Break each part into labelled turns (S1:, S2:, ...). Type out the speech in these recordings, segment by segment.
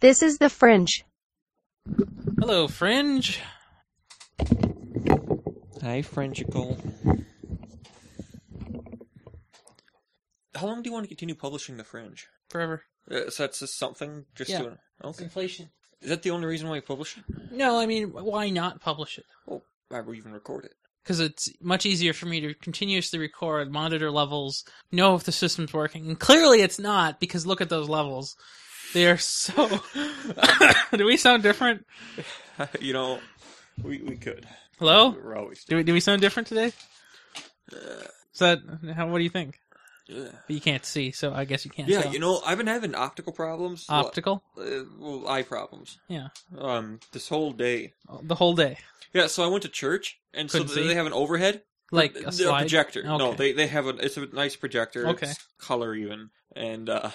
S1: This is the fringe.
S2: Hello, Fringe.
S3: Hi, Frenchicle.
S4: How long do you want to continue publishing The Fringe?
S2: Forever.
S4: Uh, so that's just something just
S2: Yeah.
S4: doing. Okay.
S2: inflation.
S4: Is that the only reason why you publish it?
S2: No, I mean, why not publish it?
S4: Why would you even record it?
S2: Because it's much easier for me to continuously record, monitor levels, know if the system's working. And clearly it's not, because look at those levels. They are so. do we sound different?
S4: you know, we we could.
S2: Hello?
S4: We're always
S2: Do we, do we sound different today? Is that. How, what do you think?
S4: Yeah.
S2: But you can't see, so I guess you can't
S4: Yeah,
S2: tell.
S4: you know, I've been having optical problems. Well,
S2: Optical?
S4: uh, well, eye problems.
S2: Yeah.
S4: Um, this whole day.
S2: The whole day.
S4: Yeah, so I went to church, and
S2: Couldn't
S4: so
S2: see?
S4: they have an overhead,
S2: Like
S4: Th-
S2: a
S4: they're
S2: slide?
S4: projector. No,
S2: Okay.
S4: they they have a it's a nice projector.
S2: Okay.
S4: It's color even, and uh,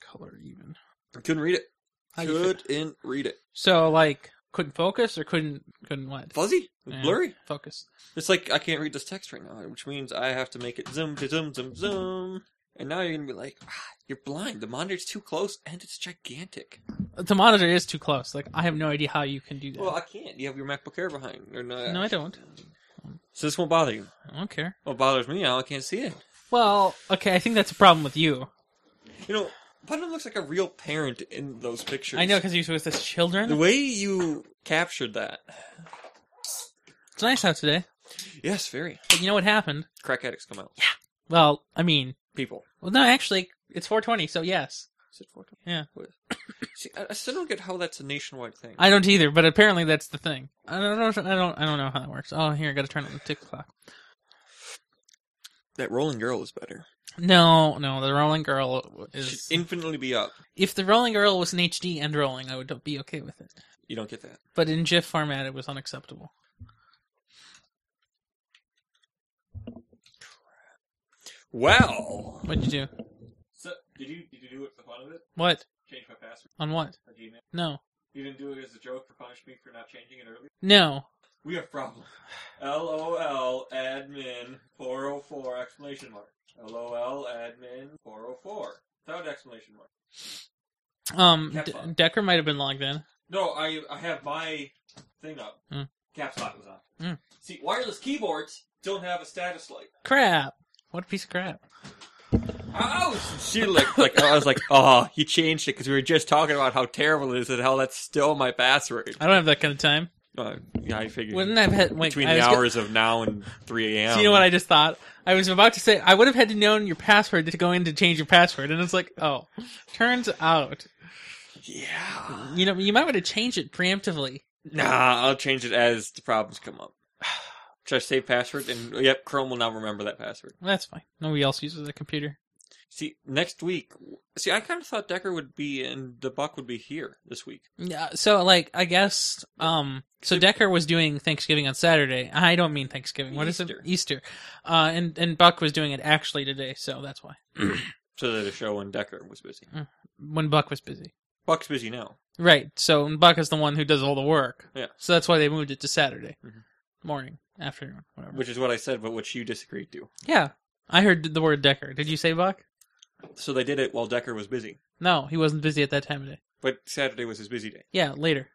S2: Color even.
S4: I couldn't read it.
S2: How you feel?
S4: Couldn't read it.
S2: So like couldn't focus or couldn't couldn't what?
S4: Fuzzy,
S2: Yeah.
S4: blurry.
S2: Focus.
S4: It's like I can't read this text right now, which means I have to make it zoom, to zoom, zoom, zoom. And now you're gonna be like, ah, you're blind. The monitor's too close, and it's gigantic.
S2: The monitor is too close. Like I have no idea how you can do that.
S4: Well, I can't. You have your MacBook Air behind. Or no,
S2: no, I don't.
S4: So this won't bother you.
S2: I don't care.
S4: What bothers me now, I can't see it.
S2: Well, okay, I think that's a problem with you.
S4: You know, Putnam looks like a real parent in those pictures.
S2: I know because he's with his children.
S4: The way you captured that.
S2: It's nice out today.
S4: Yes, very.
S2: But you know what happened?
S4: Crack addicts come out.
S2: Well, I mean,
S4: People.
S2: well, no, actually, it's 4:20, so yes.
S4: Is it 14?
S2: Yeah.
S4: What- See, I, I still don't get how that's a nationwide thing.
S2: I don't either, but apparently that's the thing. I don't know. I don't. I don't know how that works. Oh, here, I got to turn on the tick clock.
S4: that Rolling Girl is better.
S2: No, no, the Rolling Girl
S4: It
S2: is.
S4: should infinitely be up.
S2: if the Rolling Girl was in HD and rolling, I would be okay with it.
S4: You don't get that.
S2: But in GIF format, it was unacceptable.
S4: Wow.
S2: What'd you do?
S4: So, did you did you do it for the fun of it?
S2: What?
S4: Change my password
S2: On what?
S4: for Gmail?
S2: No.
S4: You didn't do it as a joke to punish me for not changing it earlier?
S2: No.
S4: We have problems. LOL admin 404 exclamation mark. LOL admin 404 without exclamation mark.
S2: Um,
S4: Cap
S2: D-
S4: lock.
S2: Decker might have been logged in.
S4: No, I I have my thing up.
S2: Hmm.
S4: Caps lock was on.
S2: Hmm.
S4: See, wireless keyboards don't have a status light.
S2: Crap. What a piece of crap.
S4: I was sincerely like, like I was like, oh, you changed it because we were just talking about how terrible it is and how that's still my password.
S2: I don't have that kind of time.
S4: Uh, yeah, I figured.
S2: Wouldn't I have had wait,
S4: between
S2: I
S4: the
S2: was go-
S4: hours of now and 3 a.m.
S2: so you know what I just thought? I was about to say I would have had to know your password to go in to change your password, and it's like, oh, turns out
S4: Yeah.
S2: you know you might want to change it preemptively.
S4: Nah, I'll change it as the problems come up. Should I save password? And yep, Chrome will now remember that password.
S2: Well, that's fine. Nobody else uses a computer.
S4: See, next week. See, I kind of thought Decker would be and the Buck would be here this week.
S2: Yeah. So like I guess um so Decker was doing Thanksgiving on Saturday. I don't mean Thanksgiving. What is
S4: Easter.
S2: it? Easter. Uh and and Buck was doing it actually today, so that's why.
S4: So that the show and Decker was busy.
S2: When Buck was busy.
S4: Buck's busy now.
S2: Right. So and Buck is the one who does all the work.
S4: Yeah.
S2: So that's why they moved it to Saturday
S4: Mhm.
S2: morning, afternoon, whatever.
S4: Which is what I said, but which you disagreed to.
S2: yeah. I heard the word Decker. Did you say Buck?
S4: So they did it while Decker was busy.
S2: No, he wasn't busy at that time of day.
S4: But Saturday was his busy day.
S2: Yeah, later.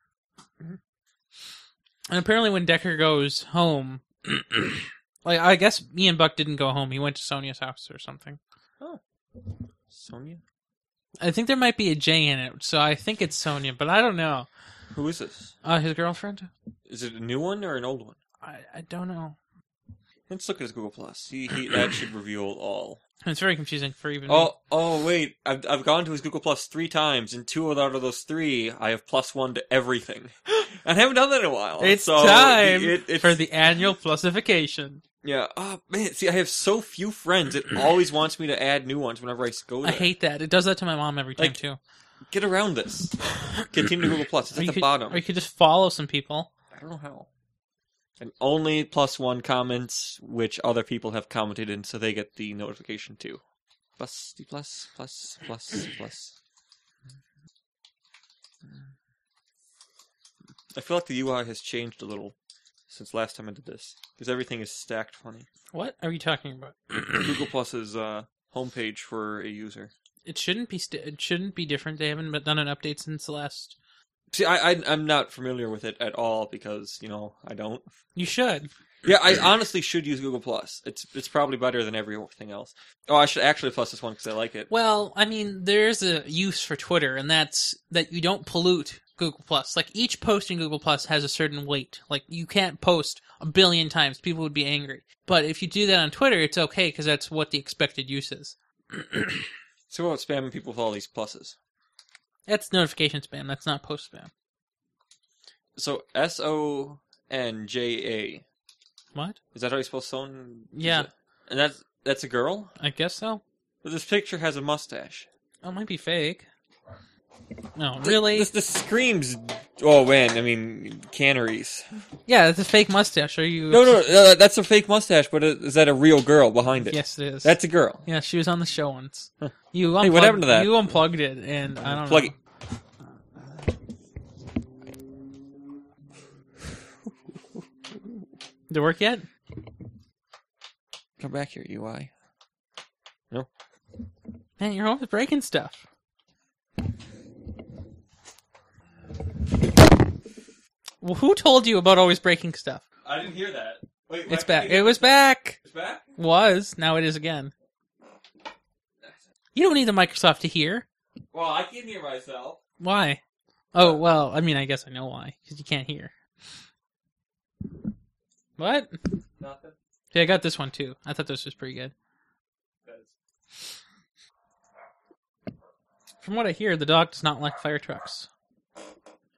S4: Mhm.
S2: And apparently, when Decker goes home, like I guess me and Buck didn't go home. He went to Sonia's house or something.
S4: Sonia?
S2: I think there might be a J in it, so I think it's Sonia, but I don't know.
S4: Who is this?
S2: Uh, his girlfriend?
S4: Is it a new one or an old one?
S2: I, I don't know.
S4: Let's look at his Google Plus. See, he, that should reveal all.
S2: It's very confusing for even. me.
S4: Oh, oh, wait! I've I've gone to his Google Plus three times, and two out of those three, I have plus one to everything. I haven't done that in a while.
S2: It's
S4: Oh, so
S2: time
S4: it- it's-
S2: for the annual plusification.
S4: yeah. Oh man, see, I have so few friends. It always wants me to add new ones whenever I go.
S2: I
S4: There.
S2: hate that. It does that to my mom every time
S4: Like,
S2: too.
S4: Get around this. Continue Google Plus. It's
S2: Or
S4: at
S2: you
S4: the
S2: could,
S4: bottom.
S2: Or you could just follow some people.
S4: I don't know how. And only plus one comments, which other people have commented in, so they get the notification too. Plus, the plus, plus, plus, plus. I feel like the UI has changed a little since last time I did this, because everything is stacked funny.
S2: What are you talking about?
S4: Google Plus is uh, homepage for a user.
S2: it shouldn't be st- it shouldn't be different. They haven't done an update since the last.
S4: See, I, I I'm not familiar with it at all because you know I don't.
S2: You should.
S4: Yeah, I honestly should use Google Plus. It's it's probably better than everything else. Oh, I should actually plus this one because I like it.
S2: Well, I mean, there's a use for Twitter, and that's that you don't pollute Google Plus. Like each post in Google Plus has a certain weight. Like you can't post a billion times; people would be angry. But if you do that on Twitter, it's okay because that's what the expected use is.
S4: So what about spamming people with all these pluses?
S2: That's notification spam. That's not post spam.
S4: So S O N J A
S2: What?
S4: is that how you spell son?
S2: Yeah.
S4: and that's that's a girl.
S2: I guess so.
S4: But this picture has a mustache.
S2: Oh, it might be fake. No, really?
S4: This this screams. Oh man, I mean canneries.
S2: yeah, it's a fake mustache. Are you?
S4: No, no, uh, that's a fake mustache. But is that a real girl behind it?
S2: Yes, it is.
S4: that's a girl.
S2: Yeah, she was on the show once. You
S4: Hey, what
S2: unplugged-
S4: happened to that?
S2: You unplugged it, and I don't
S4: Plug
S2: know.
S4: it.
S2: Did it work yet?
S4: Come back here, UI.
S2: Man, you're always breaking stuff. Well, who told you about always breaking stuff?
S4: I didn't hear that. Wait,
S2: It's back. It was back.
S4: It's back.
S2: Was now it is again. You don't need the Microsoft to hear.
S4: Well, I can hear myself.
S2: Why?
S4: Uh,
S2: Oh well, I mean, I guess I know why because you can't hear. What?
S4: Nothing.
S2: Yeah, I got this one too. I thought this was pretty good. From what I hear, the dog does not like fire trucks.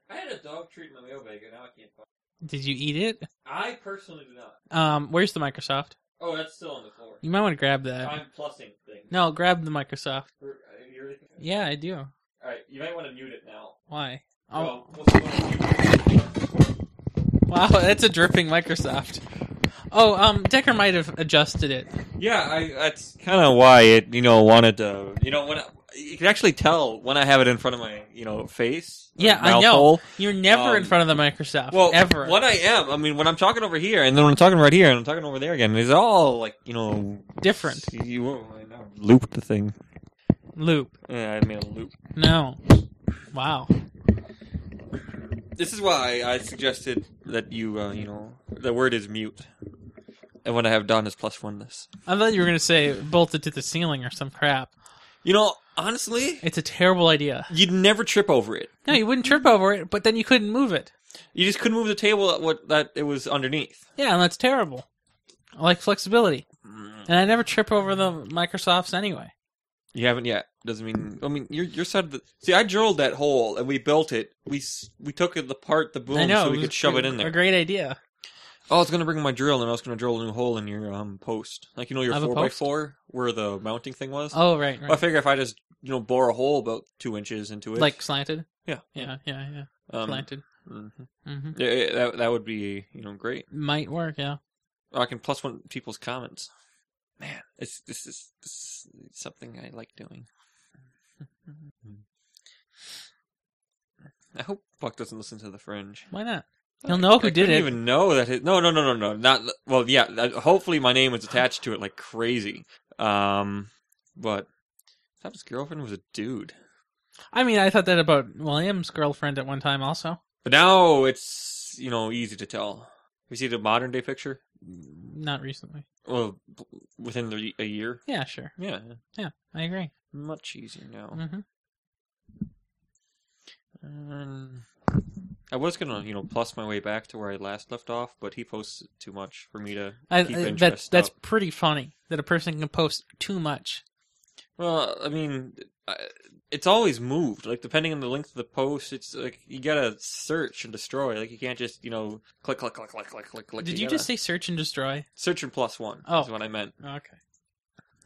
S4: I had a dog treat in my mailbag, and now I can't find.
S2: Did you eat it?
S4: I personally do not.
S2: Um, where's the Microsoft?
S4: Oh, that's still on the floor.
S2: You might want to grab that.
S4: plussing things.
S2: No, grab the Microsoft.
S4: You're,
S2: Yeah, I do.
S4: All right, you might want to mute it now.
S2: Why? Oh,
S4: Well, what's the one-
S2: wow, that's a dripping Microsoft. Oh, um, Decker might have adjusted it.
S4: Yeah, I, that's kind of why it, you know, wanted to, you know, when I, you can actually tell when I have it in front of my, you know, face. my
S2: Yeah, I
S4: mouth
S2: know.
S4: hole.
S2: You're never in
S4: Um,
S2: front of the Microsoft.
S4: Well,
S2: ever.
S4: when I am, I mean, when I'm talking over here, and then when I'm talking right here, and I'm talking over there again, it's all like, you know,
S2: Different
S4: You I know, looped the thing.
S2: loop.
S4: Yeah, I made a loop.
S2: No. Wow.
S4: This is why I suggested that you, uh, you know, the word is mute, and when I have done is plus one this.
S2: I thought you were gonna say bolted to the ceiling or some crap.
S4: You know, honestly,
S2: It's a terrible idea.
S4: you'd never trip over it.
S2: No, you wouldn't trip over it, but then you couldn't move it.
S4: You just couldn't move the table at what that it was underneath.
S2: Yeah, and that's terrible. I like flexibility, and I never trip over the Microsofts anyway.
S4: You haven't yet. Doesn't mean. I mean, your your side of the. See, I drilled that hole and we built it. We s- we took it apart the
S2: I
S4: boom
S2: know
S4: so we
S2: was
S4: could shove it in
S2: A
S4: there.
S2: great idea.
S4: Oh, I was gonna bring my drill and I was gonna drill a new hole in your um post, like you know
S2: I
S4: your
S2: have a
S4: four by
S2: post?
S4: four where the mounting thing was.
S2: Oh right, right.
S4: I figure if I just you know bore a hole about two inches into it,
S2: like slanted.
S4: yeah,
S2: Yeah, yeah, yeah.
S4: um,
S2: slanted.
S4: mhm.
S2: hmm
S4: Yeah, yeah, that that would be you know great.
S2: Might work. Yeah.
S4: I can plus one people's comments. Man, it's this is, this is something I like doing. I hope Buck doesn't listen to the Fringe.
S2: Why not? He'll know who
S4: I
S2: did
S4: didn't
S2: it.
S4: even know that. It, no, no, no, no, no. Not well. Yeah. that- hopefully, my name was attached to it like crazy. Um, but I thought his girlfriend was a dude.
S2: I mean, I thought that about William's girlfriend at one time. Also,
S4: But now it's you know easy to tell. You see the modern day picture.
S2: not recently.
S4: Well, within the, a year.
S2: Yeah, sure.
S4: Yeah,
S2: I agree.
S4: much easier now.
S2: hmm
S4: Um, I was gonna, you know, plus my way back to where I last left off, but he posted too much for me to
S2: I,
S4: keep
S2: I-
S4: interest.
S2: that's that's
S4: up.
S2: pretty funny that a person can post too much.
S4: well, I mean, I- it's always moved. Like depending on the length of the post, it's like you gotta search and destroy. Like you can't just, you know, click, click, click, click, click, click, click.
S2: Did you
S4: gotta-
S2: just say search and destroy?
S4: search and plus one?
S2: Oh.
S4: is what I meant.
S2: Okay.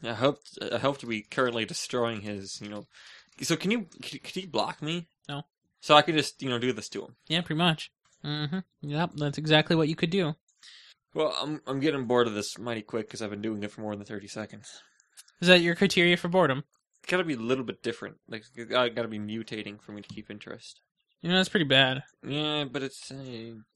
S4: I hope I hope to be currently destroying his, you know. So can you can, can you block me?
S2: No.
S4: So I could just, you know, do this to him.
S2: Yeah, pretty much. hmm Yep, that's exactly what you could do.
S4: Well, I'm I'm getting bored of this mighty quick because I've been doing it for more than thirty seconds.
S2: Is that your criteria for boredom?
S4: It's gotta be a little bit different. Like, it gotta gotta be mutating for me to keep interest.
S2: You know, that's pretty bad.
S4: Yeah, but it's, uh,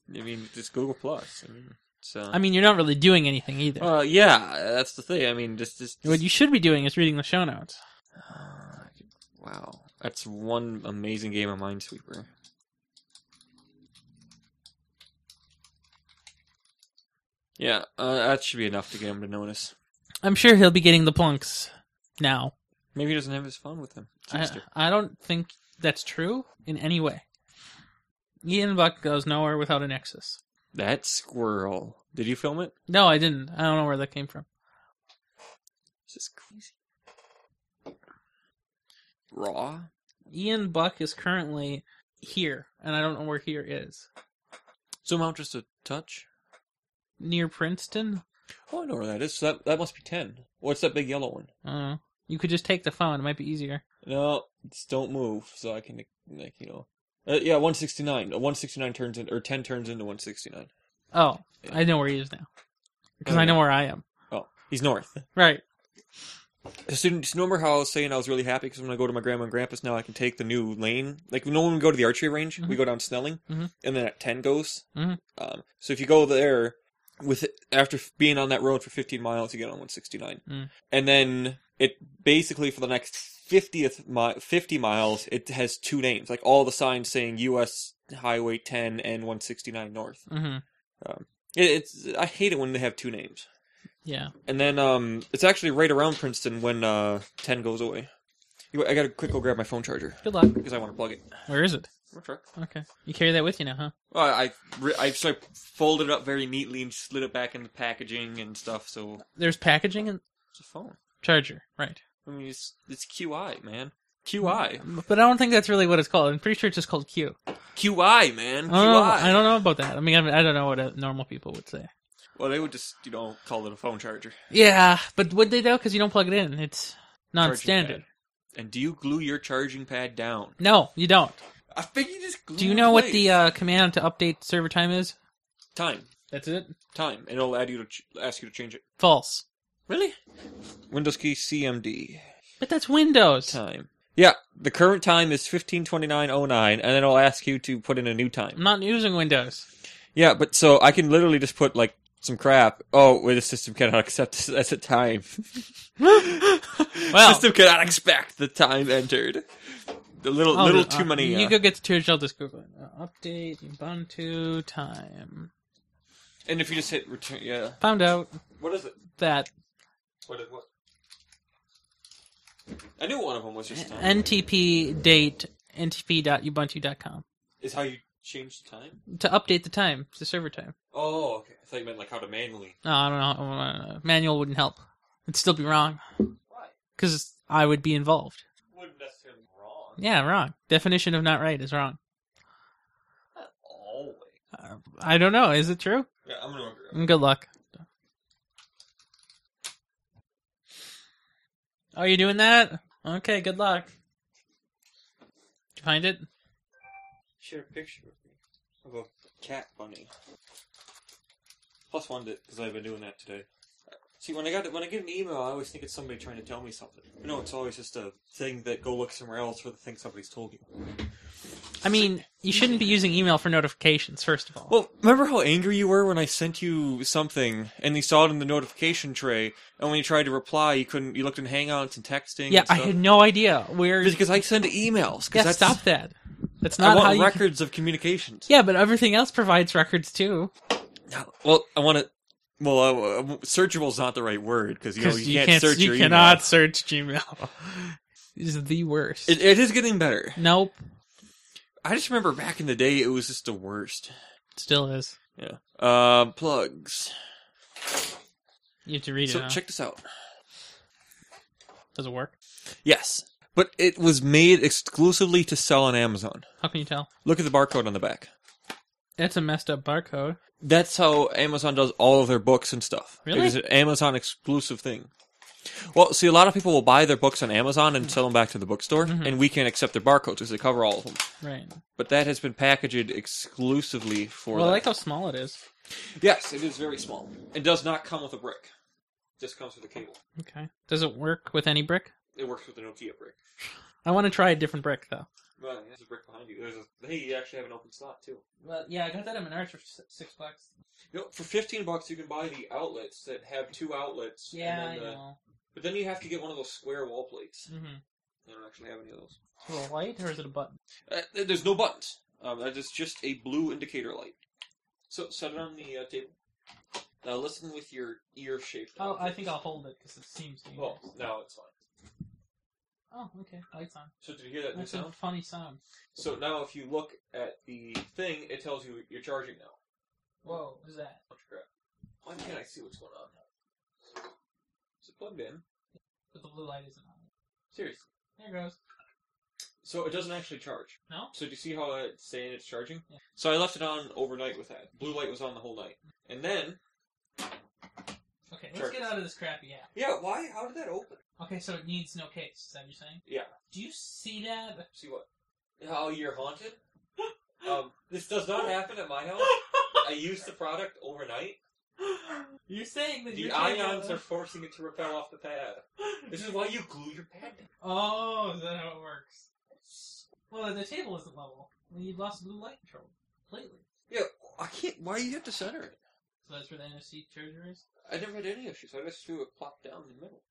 S4: I mean, it's Google Plus. I mean, so.
S2: I mean, you're not really doing anything either.
S4: uh, yeah, that's the thing. I mean, just, just.
S2: what you should be doing is reading the show notes.
S4: I Uh, Wow. That's one amazing game of Minesweeper. Yeah, uh, that should be enough to get him to notice.
S2: I'm sure he'll be getting the plunks now.
S4: Maybe he doesn't have his phone with him.
S2: I,
S4: Trickster.
S2: I don't think that's true in any way. Ian Buck goes nowhere without a nexus.
S4: that squirrel. Did you film it?
S2: No, I didn't. I don't know where that came from.
S4: This is crazy. Raw?
S2: Ian Buck is currently here, and I don't know where here is.
S4: Zoom out just a touch.
S2: Near Princeton?
S4: Oh, I know where that is. So that, that must be 10. What's that big yellow one?
S2: I don't know. Uh, You could just take the phone. It might be easier.
S4: No, just don't move so I can, like, you know. Uh, yeah, 169. Uh, 169 turns in, or 10 turns into 169.
S2: Oh, I know where he is now. Because I know where I am.
S4: Oh, he's north.
S2: Right.
S4: Just just remember how I was saying I was really happy because when I go to my grandma and grandpa's now, I can take the new lane. Like, you know, when we go to the archery range, we
S2: Mhm.
S4: go down Snelling,
S2: Mhm.
S4: and then at 10 goes.
S2: Mhm.
S4: Um, so if you go there, with after f- being on that road for 15 miles, you get on 169.
S2: Mm.
S4: And then it basically, for the next 50th mi- 50 miles, it has two names. Like, all the signs saying U.S. Highway 10 and 169 North.
S2: hmm
S4: It, it's I hate it when they have two names.
S2: Yeah.
S4: And then um, it's actually right around Princeton when uh, ten goes away. You- I gotta quick go grab my phone charger
S2: Good luck.
S4: because I want to plug it.
S2: Where is it?
S4: My truck.
S2: Okay. You carry that with you now, huh?
S4: Well, I re- I sort of folded it up very neatly and slid it back into packaging and stuff. So
S2: There's packaging and
S4: it's a phone. Hmm.
S2: charger. Right.
S4: I mean, it's it's QI, man. QI,
S2: But I don't think that's really what it's called. I'm pretty sure it's just called Q.
S4: QI, man. QI.
S2: Oh, I don't know about that. I mean, I I don't know what uh normal people would say.
S4: Well, they would just you know call it a phone charger.
S2: Yeah, but would they though? Because you don't plug it in. It's
S4: Charging
S2: non-standard.
S4: pad. And do you glue your charging pad down?
S2: No, you don't.
S4: I think you just. Glue
S2: Do you
S4: it
S2: know
S4: in
S2: what
S4: place.
S2: the uh, command to update server time is?
S4: time?
S2: That's it.
S4: Time, and it'll add you to ch- ask you to change it.
S2: False.
S4: Really? Windows key CMD.
S2: But that's Windows.
S4: Time. Yeah, the current time is 1529.09, and then it'll ask you to put in a new
S2: I'm
S4: time.
S2: not using Windows.
S4: Yeah, but so I can literally just put, like, some crap. Oh, wait, the system cannot accept this as a time.
S2: Well-
S4: system cannot expect the time entered. A little,
S2: Oh,
S4: little
S2: uh,
S4: too many.
S2: You
S4: Uh,
S2: go get the tutorial just Google it. Uh, update Ubuntu time.
S4: and if you just hit return, yeah.
S2: Found out
S4: What is it?
S2: that
S4: What is what? I knew one of them was just
S2: Uh,
S4: time.
S2: NTP date ntp.ubuntu.com
S4: is how you change the time.
S2: to update the time, the server time.
S4: Oh, okay. I thought you meant like how to manually.
S2: No, I don't know. I don't know. Manual wouldn't help. It'd still be wrong
S4: Right.
S2: because I would be involved.
S4: Wouldn't necessarily be wrong.
S2: Yeah, wrong. Definition of not right is wrong.
S4: Always.
S2: Uh, I don't know. Is it true?
S4: Yeah, I'm gonna agree.
S2: Mm, Good luck. Oh, you doing that? Okay, good luck. Did you find it?
S4: Share a picture with me of a cat bunny. Plus one because I've been doing that today. See, when I got when I get an email, I always think it's somebody trying to tell me something. You know, it's always just a thing that go look somewhere else for the thing somebody's told you.
S2: I mean, you shouldn't be using email for notifications, first of all.
S4: Well, remember how angry you were when I sent you something and you saw it in the notification tray, and when you tried to reply, you couldn't. You looked in Hangouts and texting.
S2: yeah,
S4: and
S2: I
S4: stuff?
S2: had no idea where.
S4: because I send emails. 'cause
S2: Yeah,
S4: that's-
S2: stop that. That's
S4: I
S2: not how
S4: want
S2: you.
S4: records of communications.
S2: Yeah, but everything else provides records too.
S4: No, Well, I want to. Well, uh, uh, searchable's not the right word because you know
S2: 'Cause
S4: you, can't, search
S2: you
S4: your
S2: cannot
S4: email.
S2: search Gmail. This is the worst.
S4: It, it is getting better.
S2: nope,
S4: I just remember back in the day, it was just the worst.
S2: still is.
S4: Yeah. Uh, plugs.
S2: You have to read it.
S4: so
S2: huh?
S4: check this out.
S2: Does it work?
S4: Yes, but it was made exclusively to sell on Amazon.
S2: How can you tell?
S4: Look at the barcode on the back.
S2: That's a messed up barcode.
S4: That's how Amazon does all of their books and stuff. It
S2: Really?
S4: is an Amazon exclusive thing. Well, see, a lot of people will buy their books on Amazon and sell them back to the bookstore,
S2: Mhm.
S4: and we can't accept their barcodes because they cover all of them.
S2: Right.
S4: But that has been packaged exclusively for
S2: Well, I
S4: that.
S2: like how small it is.
S4: yes, it is very small. It does not come with a brick. just comes with a cable.
S2: Okay. Does it work with any brick?
S4: It works with a Nokia brick.
S2: I want to try a different brick though.
S4: Well, there's a brick behind you. There's a, hey, you actually have an open slot too.
S2: Well, yeah, I got that at Menards for si- six bucks.
S4: You know, for fifteen bucks, you can buy the outlets that have two outlets. and then the-
S2: know.
S4: But then you have to get one of those square wall plates.
S2: Mm-hmm.
S4: I don't actually have any of those.
S2: To a light or is it a button?
S4: Uh, th- there's no buttons. Um, that is just a blue indicator light. So set it on the uh, table. Now listen with your ear shaped.
S2: Oh, I think I'll hold it because it seems
S4: Well,
S2: dangerous.
S4: now it's fine.
S2: Oh, okay. Lights on.
S4: So did you hear that new
S2: That's a
S4: sound?
S2: funny sound.
S4: So now if you look at the thing, it tells you you're charging now.
S2: Whoa, what is that?
S4: What crap? Why can't I see what's going on? Is it plugged in?
S2: But the blue light isn't on.
S4: Seriously.
S2: There it goes.
S4: So it doesn't actually charge.
S2: No?
S4: So do you see how it's saying it's charging?
S2: Yeah.
S4: So I left it on overnight with that. Blue light was on the whole night. And then,
S2: Okay,
S4: Sure.
S2: let's get out of this crappy app.
S4: yeah, why? How did that open?
S2: Okay, so it needs no case. Is that what you're saying?
S4: Yeah.
S2: Do you see that?
S4: See what? How you're haunted? um, this does
S2: Oh.
S4: not happen at my house. I used the product overnight.
S2: You're saying that
S4: The
S2: you're
S4: ions are forcing it to repel off the pad. This is why you glue your pad down.
S2: Oh, is that how it works? Well, the table isn't level. Well, You've lost blue light control completely.
S4: Yeah, I can't. Why do you have to center it?
S2: So that's where the NFC charger is.
S4: I never had any issues. I just threw it plopped down in the middle.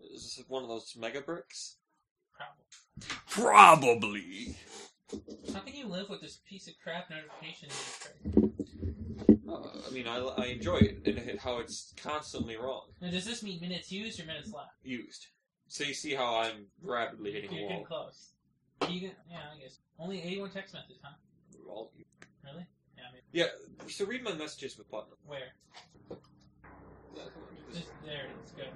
S4: Is this one of those mega bricks?
S2: Probably.
S4: Probably.
S2: How can you live with this piece of crap notification? in your tray?
S4: Uh, I mean, I, I enjoy it and it- how it's constantly wrong
S2: Now, does this mean minutes used or minutes left?
S4: used. So you see how I'm rapidly hitting
S2: You're
S4: a
S2: getting
S4: wall.
S2: close. You get, yeah, I guess. Only 81 text messages, huh?
S4: All-
S2: Really? Yeah, maybe.
S4: Yeah. So read my messages with Platinum.
S2: Where?
S4: Yeah, come on, do this.
S2: Just, there it is. Good.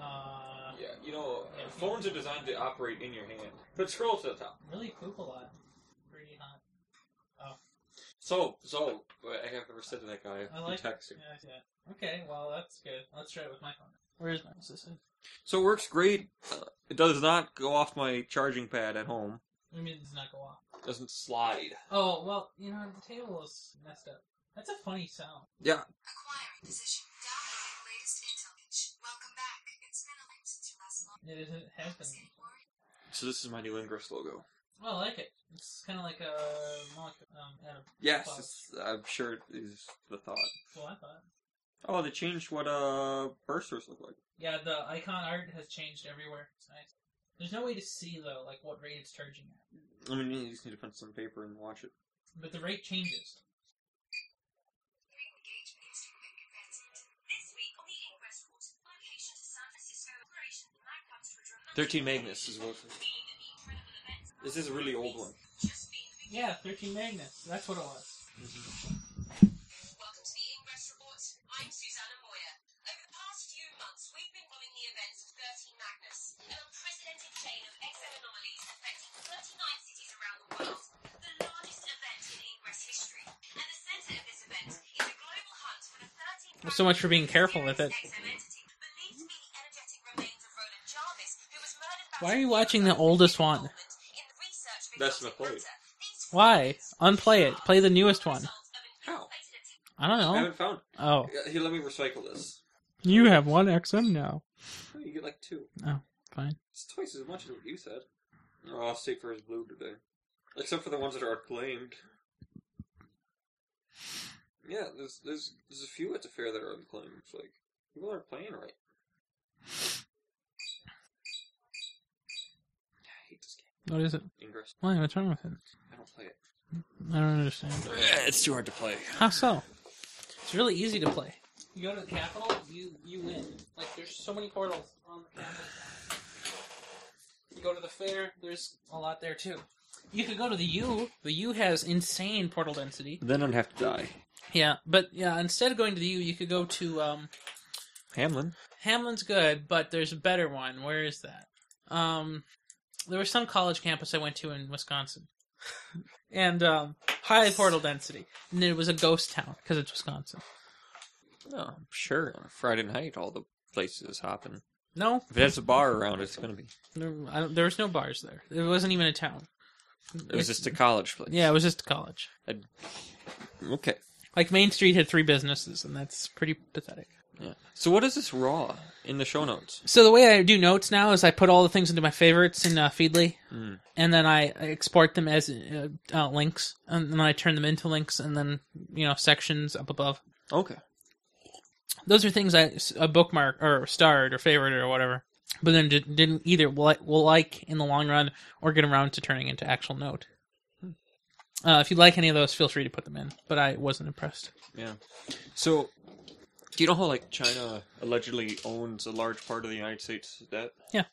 S2: Uh,
S4: Yeah, you know, uh, phones are designed to operate in your hand. But scroll to the top.
S2: really poop a lot. Pretty hot.
S4: So, so I have never said to that guy.
S2: I
S4: you
S2: like-
S4: text him.
S2: Yeah, I see that. Okay, well, that's good. Let's try it with my phone. Where is my assistant?
S4: So it works great. Uh, it does not go off my charging pad at home.
S2: I mean, it does not go off.
S4: doesn't slide.
S2: Oh, well, you know, the table is messed up. That's a funny sound.
S1: Acquiring position. Downloading latest intel. Shh, Welcome back. It's been a while since you last logged.
S2: It isn't
S1: I
S2: happening.
S1: was getting worried.
S4: So this is my new Ingress logo.
S2: Well, I like it. It's kind of like a molecule. Um, out of
S4: Yes,
S2: Wow.
S4: it's, I'm sure it is the thought.
S2: well, I thought.
S4: Oh, they changed what uh bursters look like.
S2: Yeah, the icon art has changed everywhere. It's nice. There's no way to see though, like what rate it's charging at,
S4: I mean, you just need to put some paper and watch it.
S2: but the rate changes.
S1: Engagement is to quick advancement. This week on the Ingress Rules, location to San Francisco, operation Magpie's for dramatic-
S4: Thirteen Magnus is what.
S1: Being an incredible event.
S4: This is a really old one.
S1: Just being the
S2: Yeah,
S1: beginning.
S2: 13 magnets. That's what it was.
S1: Welcome to the Ingress Report. I'm Susanna Moyer. Over the past few months, we've been following the events of 13 Magnus, an unprecedented chain of XM anomalies affecting 39 cities around the world, the largest event in Ingress history. And the center of this event is a global hunt for the 13
S2: So much for being careful with it.
S1: XM entity, believed to be the energetic remains of Roland Jarvis, who was murdered back
S2: Why are
S1: in
S2: you watching the
S1: Europe
S2: oldest
S1: in
S2: one?
S1: Poland in the research of
S4: That's my
S1: exotic
S4: point.
S1: matter. These
S2: Why?
S1: findings
S2: Unplay it. Play the newest
S1: are
S2: one.
S1: the result of an
S4: How?
S1: inflated
S2: I don't
S4: I
S2: know.
S4: haven't found.
S2: Oh,
S4: Yeah, Here, let me recycle this.
S2: you have one XM now.
S4: Oh, you get like two.
S2: Fine.
S4: It's twice as much as what you said. Oh, I'll stay for his blue today, except for the ones that are claimed. Yeah, there's there's there's a few at the fair that are unclaimed. It's like people aren't playing right. I hate this
S2: What is it?
S4: game. Ingress.
S2: Why? What's wrong with it?
S4: I don't play it.
S2: I don't understand.
S4: it's too hard to play.
S2: How so? It's really easy to play. You go to the capital, you you win. Like there's so many portals on the capital. You go to the fair, there's a lot there too. You could go to the U. The U has insane portal density.
S4: Then I'd have to die.
S2: Yeah, but yeah, instead of going to the U, you could go to um
S4: Hamlin.
S2: Hamlin's good, but there's a better one. Where is that? Um, there was some college campus I went to in Wisconsin, and um, high portal density, and it was a ghost town because it's Wisconsin.
S4: No, I'm sure. On a Friday night, all the places hopping.
S2: No,
S4: If it has a bar around, it's gonna be.
S2: there, I don't, there was no bars there. It wasn't even a town.
S4: It was just a college place.
S2: yeah, it was just a college.
S4: Okay.
S2: Like Main Street had three businesses, and that's pretty pathetic.
S4: Yeah. So what is this raw in the show notes?
S2: So the way I do notes now is I put all the things into my favorites in uh, Feedly,
S4: Mm.
S2: and then I I export them as uh, uh, links, and then I turn them into links, and then you know sections up above.
S4: Okay.
S2: Those are things I s- uh, bookmark or starred or favorite or whatever. but then did, didn't either li- will like in the long run or get around to turning into actual note. Uh, if you like any of those, feel free to put them in. But I wasn't impressed.
S4: Yeah. So, do you know how like China allegedly owns a large part of the United States debt?
S2: Yeah.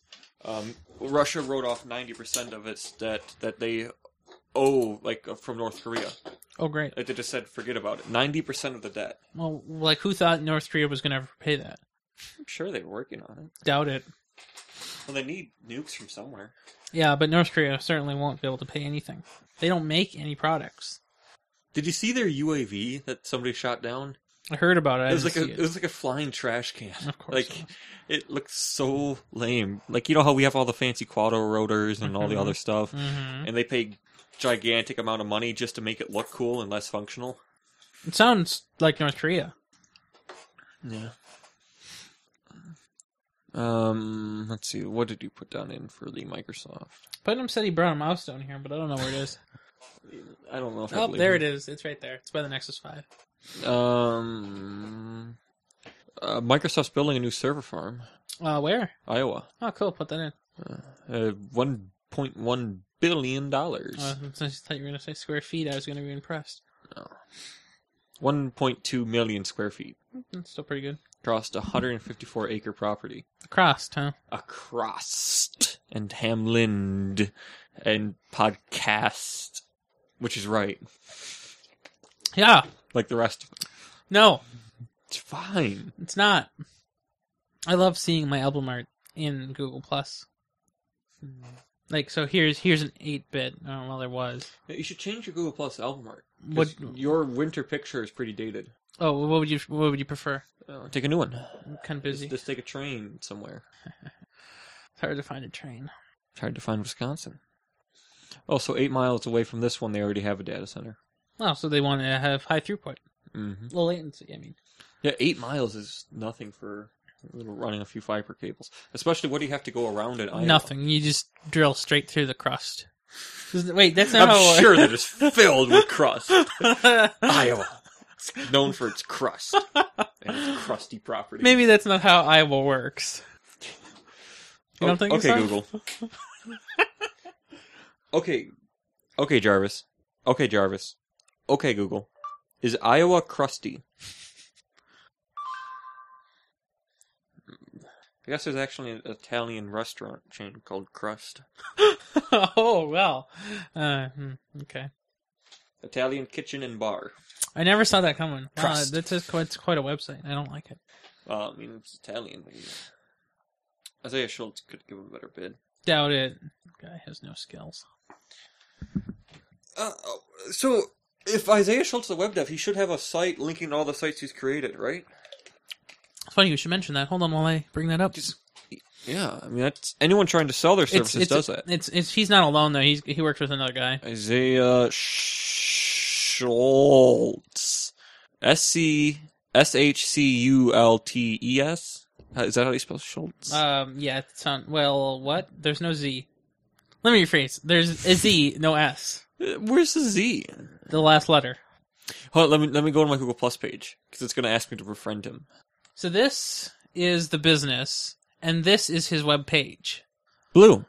S4: Um, Russia wrote off ninety percent of its debt that they owe, like from North Korea.
S2: Oh, great.
S4: Like they just said, forget about it. Ninety percent of the debt.
S2: Well, like who thought North Korea was going to ever pay that?
S4: I'm sure they were working on it.
S2: Doubt it.
S4: Well, they need nukes from somewhere.
S2: Yeah, but North Korea certainly won't be able to pay anything. They don't make any products.
S4: Did you see their UAV that somebody shot down?
S2: I heard about it. I
S4: It was
S2: didn't
S4: like a
S2: see
S4: it.
S2: it.
S4: was like a flying trash can.
S2: Of course
S4: like
S2: it
S4: it, looked so lame. Like you know how we have all the fancy quad rotors and all the
S2: Mhm.
S4: other stuff,
S2: Mhm.
S4: and they pay gigantic amount of money just to make it look cool and less functional.
S2: It sounds like North Korea.
S4: Yeah. Um. Let's see. What did you put down in for the Microsoft?
S2: Putnam said he brought a mouse down here, but I don't know where it is.
S4: I don't know. if I
S2: oh,
S4: believe
S2: there
S4: you.
S2: it is. It's right there. It's by the Nexus Five.
S4: Um. Uh, Microsoft's building a new server farm,
S2: Uh, where?
S4: Iowa.
S2: Oh, cool. Put that in.
S4: Uh, one point one billion dollars.
S2: Uh, since I thought you were going to say square feet. I was going to be impressed.
S4: one point two million square feet.
S2: That's still pretty good.
S4: Crossed a hundred and fifty four acre property.
S2: Crossed, huh?
S4: Across and Hamland and podcast. Which is right.
S2: Yeah.
S4: Like the rest of it.
S2: No,
S4: It's fine.
S2: it's not. I love seeing my album art in Google Plus. Like, so here's here's an eight bit. Oh, well, there was.
S4: You should change your Google Plus album art.
S2: What?
S4: your winter picture is pretty dated.
S2: Oh, what would you what would you prefer?
S4: Oh, take a new one.
S2: I'm kind of
S4: Just,
S2: busy.
S4: just take a train somewhere.
S2: It's hard to find a train.
S4: It's hard to find Wisconsin. Also, eight miles away from this one, they already have a data center.
S2: Oh, so they want to have high throughput,
S4: Mm-hmm.
S2: low latency. I mean,
S4: Yeah, eight miles is nothing for running a few fiber cables. Especially, what do you have to go around in Iowa?
S2: nothing. You just drill straight through the crust. Isn't- Wait, that's not
S4: I'm
S2: how it
S4: sure
S2: works.
S4: they're just filled with crust. Iowa, known for its crust and its crusty property.
S2: Maybe that's not how Iowa works. You don't
S4: Oh,
S2: think
S4: okay,
S2: so?
S4: Google. okay, okay, Jarvis. Okay, Jarvis. Okay, Google. Is Iowa crusty? I guess there's actually an Italian restaurant chain called Crust.
S2: oh well. Uh, hmm, okay.
S4: Italian kitchen and bar.
S2: I never saw that coming. Wow,
S4: Crust.
S2: that's just quite, it's quite a website. I don't like it.
S4: Well, I mean, it's Italian. But, you know. Isaiah Schultz could give him a better bid.
S2: Doubt it. Guy has no skills.
S4: Uh, so, if Isaiah Schultz is a web dev, he should have a site linking all the sites he's created, right?
S2: It's funny you should mention that. Hold on while I bring that up.
S4: Just- Yeah, I mean, that's anyone trying to sell their services
S2: it's,
S4: does that.
S2: It's, it's he's not alone though. He's he works with another guy.
S4: Isaiah Schultz. S C S H C U L T E S. Uh, Is that how you spell Schultz?
S2: Um, yeah. It's on, well, what? There's no Z. Let me rephrase. There's a Z, no S.
S4: Uh, Where's the Z?
S2: The last letter.
S4: Hold on, let me let me go to my Google Plus page because it's going to ask me to befriend him.
S2: So this is the business, and this is his web page.
S4: Blue,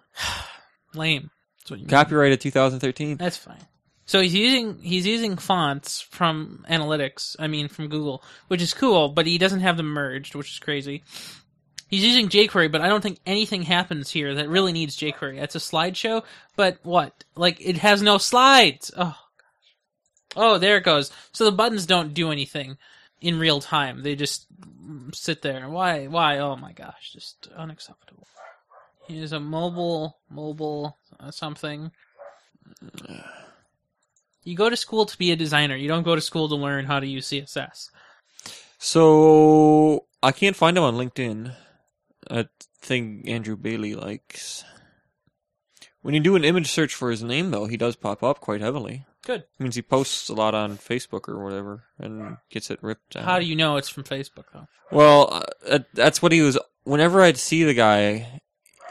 S2: Lame. That's what you
S4: copyrighted 2013.
S2: That's fine. So he's using he's using fonts from analytics, I mean from Google, which is cool, but he doesn't have them merged, which is crazy. He's using jQuery, but I don't think anything happens here that really needs jQuery. It's a slideshow, but what? Like it has no slides. Oh. Oh, there it goes. So the buttons don't do anything in real time. They just mm, sit there. Why? Why? Oh my gosh, just unacceptable. Here's a mobile mobile uh, something. You go to school to be a designer. You don't go to school to learn how to use CSS.
S4: So I can't find him on LinkedIn. A thing Andrew Bailey likes. When you do an image search for his name, though, he does pop up quite heavily.
S2: Good.
S4: means he posts a lot on Facebook or whatever and gets it ripped down.
S2: How do you know it's from Facebook though?
S4: Well, uh, that- that's what he was. Whenever I'd see the guy,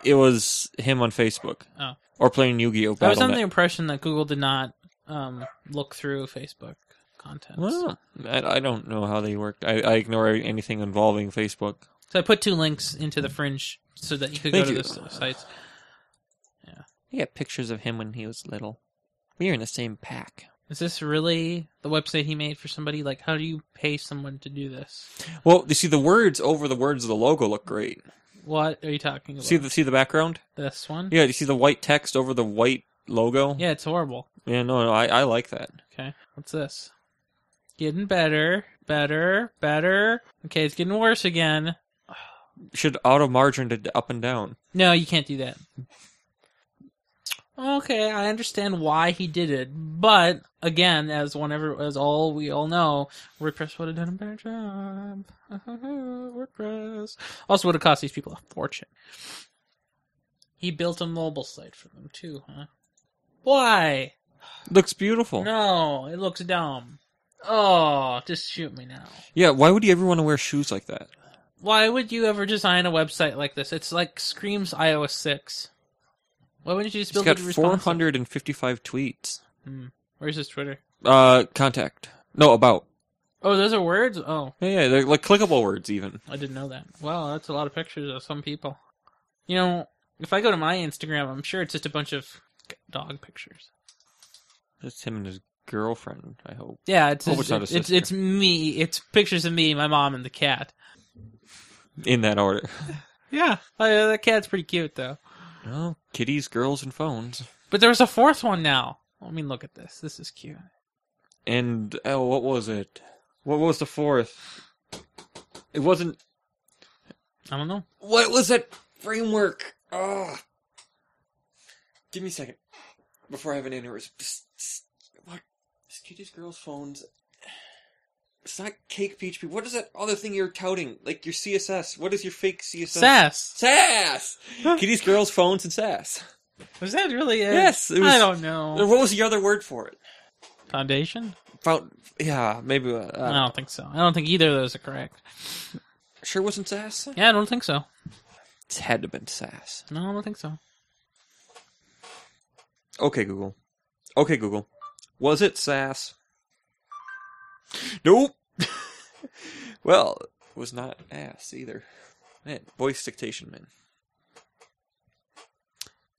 S4: it was him on Facebook.
S2: Oh.
S4: Or playing Yu Gi
S2: I
S4: Oh!
S2: was under
S4: Battle.net.
S2: the impression that Google did not um, look through Facebook content.
S4: Well, I, I don't know how they work. I, I ignore anything involving Facebook.
S2: So I put two links into the fringe so that you could
S3: Thank
S2: go
S3: you.
S2: to the s- sites.
S3: I got pictures of him when he was little. We were in the same pack.
S2: Is this really the website he made for somebody? Like, how do you pay someone to do this?
S4: Well, you see the words over the words of the logo look great.
S2: What are you talking about?
S4: See the see the background?
S2: this one?
S4: Yeah, you see the white text over the white logo?
S2: Mm-hmm. Yeah, it's horrible.
S4: Yeah, no, no, I, I like that.
S2: Okay, what's this? Getting better, better, better. Okay, it's getting worse again.
S4: Should auto margin to up and down.
S2: No, you can't do that. Okay, I understand why he did it, but again, as whenever as all we all know, WordPress would have done a better job. WordPress also would have cost these people a fortune. He built a mobile site for them too, huh? Why?
S4: Looks beautiful.
S2: No, it looks dumb. Oh, just shoot me now.
S4: Yeah, why would you ever want to wear shoes like that?
S2: Why would you ever design a website like this? It's like screams iOS six. Why wouldn't you just
S4: He's
S2: build
S4: got
S2: it responsive? Hmm.
S4: 455 tweets.
S2: Where's his Twitter?
S4: Uh, contact. No, about.
S2: Oh, those are words. Oh,
S4: Yeah, yeah, they're like clickable words even.
S2: I didn't know that. Wow, that's a lot of pictures of some people. You know, if I go to my Instagram, I'm sure it's just a bunch of dog pictures.
S4: Just him and his girlfriend, I hope.
S2: Yeah, it's
S4: Oh,
S2: it's
S4: it's not a
S2: it's, it's,
S4: sister.
S2: me. It's pictures of me, my mom, and the cat.
S4: In that order.
S2: Yeah, uh, the cat's pretty cute though.
S4: Well, kitties, girls, and phones.
S2: But there's a fourth one now. I mean, look at this. This is cute.
S4: And, oh, what was it? What was the fourth? It wasn't.
S2: I don't know.
S4: What was that framework? Oh. Give me a second. Before I have an aneurysm. Psst, psst. What? It's kitties, girls, phones. It's not cake PHP. What is that other thing you're touting? Like your CSS. What is your fake CSS?
S2: Sass.
S4: Sass! Kitties, girls, phones, and sass.
S2: Was that really it?
S4: Yes, it was-
S2: I don't know.
S4: What was the other word for it?
S2: Foundation?
S4: Found, yeah, maybe. Uh,
S2: I don't think so. I don't think either of those are correct.
S4: Sure wasn't sass?
S2: Yeah, I don't think so.
S4: It's had to been sass.
S2: No, I don't think so.
S4: Okay, Google. Okay, Google. Was it sass? Nope. well, it was not ass either. Man, voice dictation, man.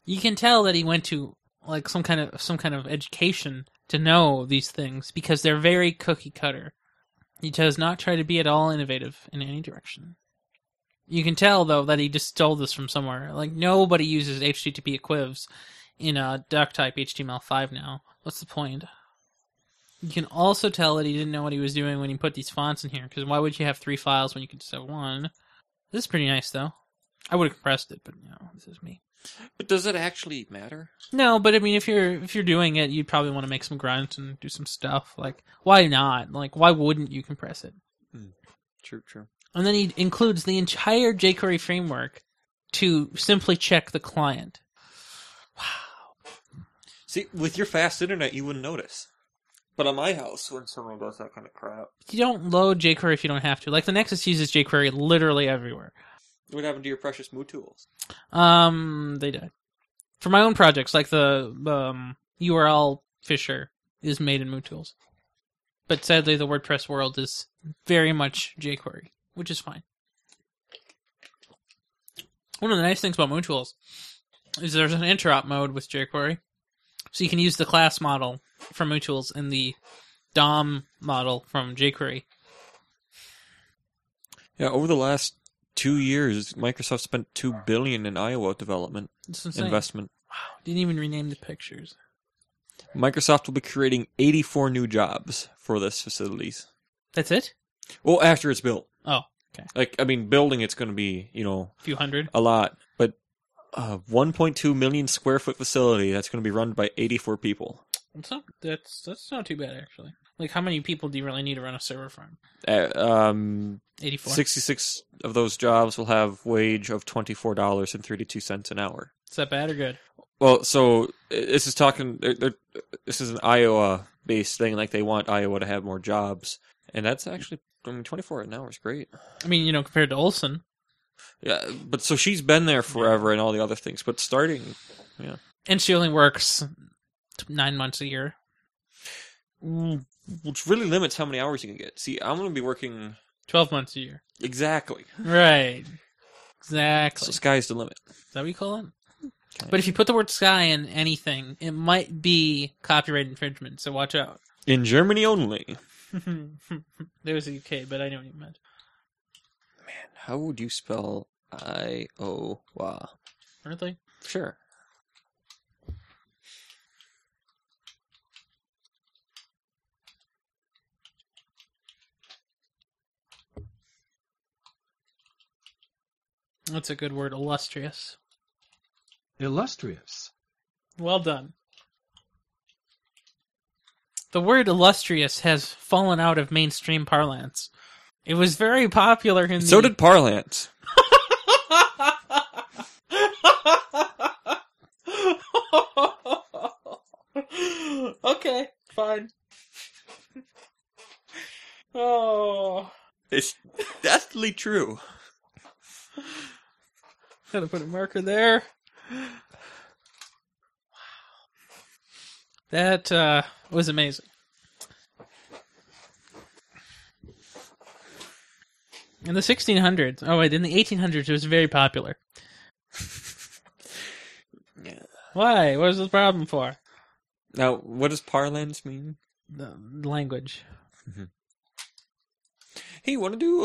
S2: You can tell that he went to like some kind of some kind of education to know these things because they're very cookie cutter. He does not try to be at all innovative in any direction. You can tell though that he just stole this from somewhere. Like nobody uses HTTP equivs in uh, duck type HTML5 now. What's the point? You can also tell that he didn't know what he was doing when he put these fonts in here. Because why would you have three files when you could just have one? This is pretty nice though. I would have compressed it, but you know, this is me.
S4: But does it actually matter?
S2: No, but I mean, if you're if you're doing it, you'd probably want to make some grunts and do some stuff. Like, why not? Like, why wouldn't you compress it?
S4: True, true.
S2: And then he includes the entire jQuery framework to simply check the client.
S4: See, with your fast internet, you wouldn't notice. But on my house, when someone does that kind of crap,
S2: You don't load jQuery if you don't have to. Like the Nexus uses jQuery literally everywhere.
S4: what happened to your precious Moo tools?
S2: Um, they died. For my own projects, like the um, URL Fisher is made in MooTools, but sadly, the WordPress world is very much jQuery, which is fine. One of the nice things about MooTools is there's an interop mode with jQuery, so you can use the class model from MooTools and the DOM model from jQuery.
S4: Yeah, over the last two years, Microsoft spent two billion in Iowa development
S2: It's insane.
S4: investment.
S2: Didn't even rename the pictures.
S4: Microsoft will be creating 84 new jobs for this facilities.
S2: That's it.
S4: Well, after it's built,
S2: Oh,
S4: like I mean, building it's going to be you know
S2: a few hundred.
S4: a lot, but uh, a 1.2 million square foot facility that's going to be run by 84 people.
S2: That's not that's that's not too bad actually. Like how many people do you really need to run a server farm?
S4: Uh, um,
S2: Eighty four.
S4: 66 of those jobs will have wage of $24.32 an hour.
S2: Is that bad or good?
S4: Well, so uh, this is talking. They're, they're, this is an Iowa-based thing. Like they want Iowa to have more jobs, and that's actually. I mean, twenty-four an hour is great.
S2: I mean, you know, compared to Olson.
S4: Yeah, but so she's been there forever and all the other things. But starting,
S2: And she only works t- nine months a year.
S4: mm, which really limits how many hours you can get. See, I'm going to be working
S2: Twelve months a year.
S4: Exactly.
S2: Right. Exactly.
S4: So sky's the limit.
S2: Is that what you call it?
S3: Okay.
S2: But if you put the word sky in anything, it might be copyright infringement, so watch out.
S4: In Germany only.
S2: there was a UK, but I know what you meant.
S3: Man, how would you spell I O W?
S2: Really?
S3: Sure.
S2: That's a good word, illustrious.
S5: Illustrious.
S2: Well done. The word illustrious has fallen out of mainstream parlance. It was very popular in
S4: So
S2: the...
S4: did Parlance.
S2: okay, fine. Oh,
S4: It's deathly true.
S2: gotta put a marker there. That uh, was amazing. In the 1600s, oh wait, in the 1800s, it was very popular.
S4: Yeah.
S2: Why? What was the problem for?
S4: Now, what does Parlance mean?
S2: The language.
S4: Hey, want to do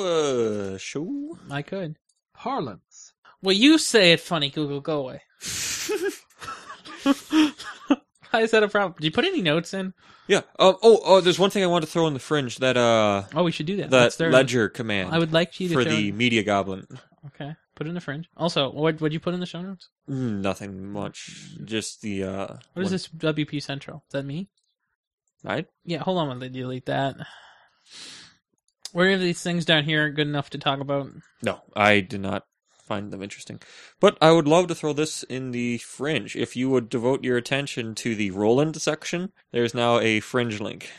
S4: a show?
S2: I could.
S5: Parlance.
S2: Well, you say it funny, Google. Go away. How is that a problem? Did you put any notes in?
S4: Yeah. Um, oh, oh, there's one thing I want to throw in the fringe that uh
S2: Oh, we should do that.
S4: that
S2: That's their-
S4: ledger command
S2: I would like you to
S4: for
S2: throw
S4: the media goblin.
S2: Okay, put it in the fringe. Also, what would you put in the show notes?
S4: Mm, Nothing much. Just the uh
S2: What is
S4: one-
S2: this WP Central? Is that me?
S4: Right?
S2: Yeah, hold on while they delete that. Were any of these things down here good enough to talk about?
S4: No, I did not find them interesting. But I would love to throw this in the fringe. If you would devote your attention to the Roland section, there's now a fringe link.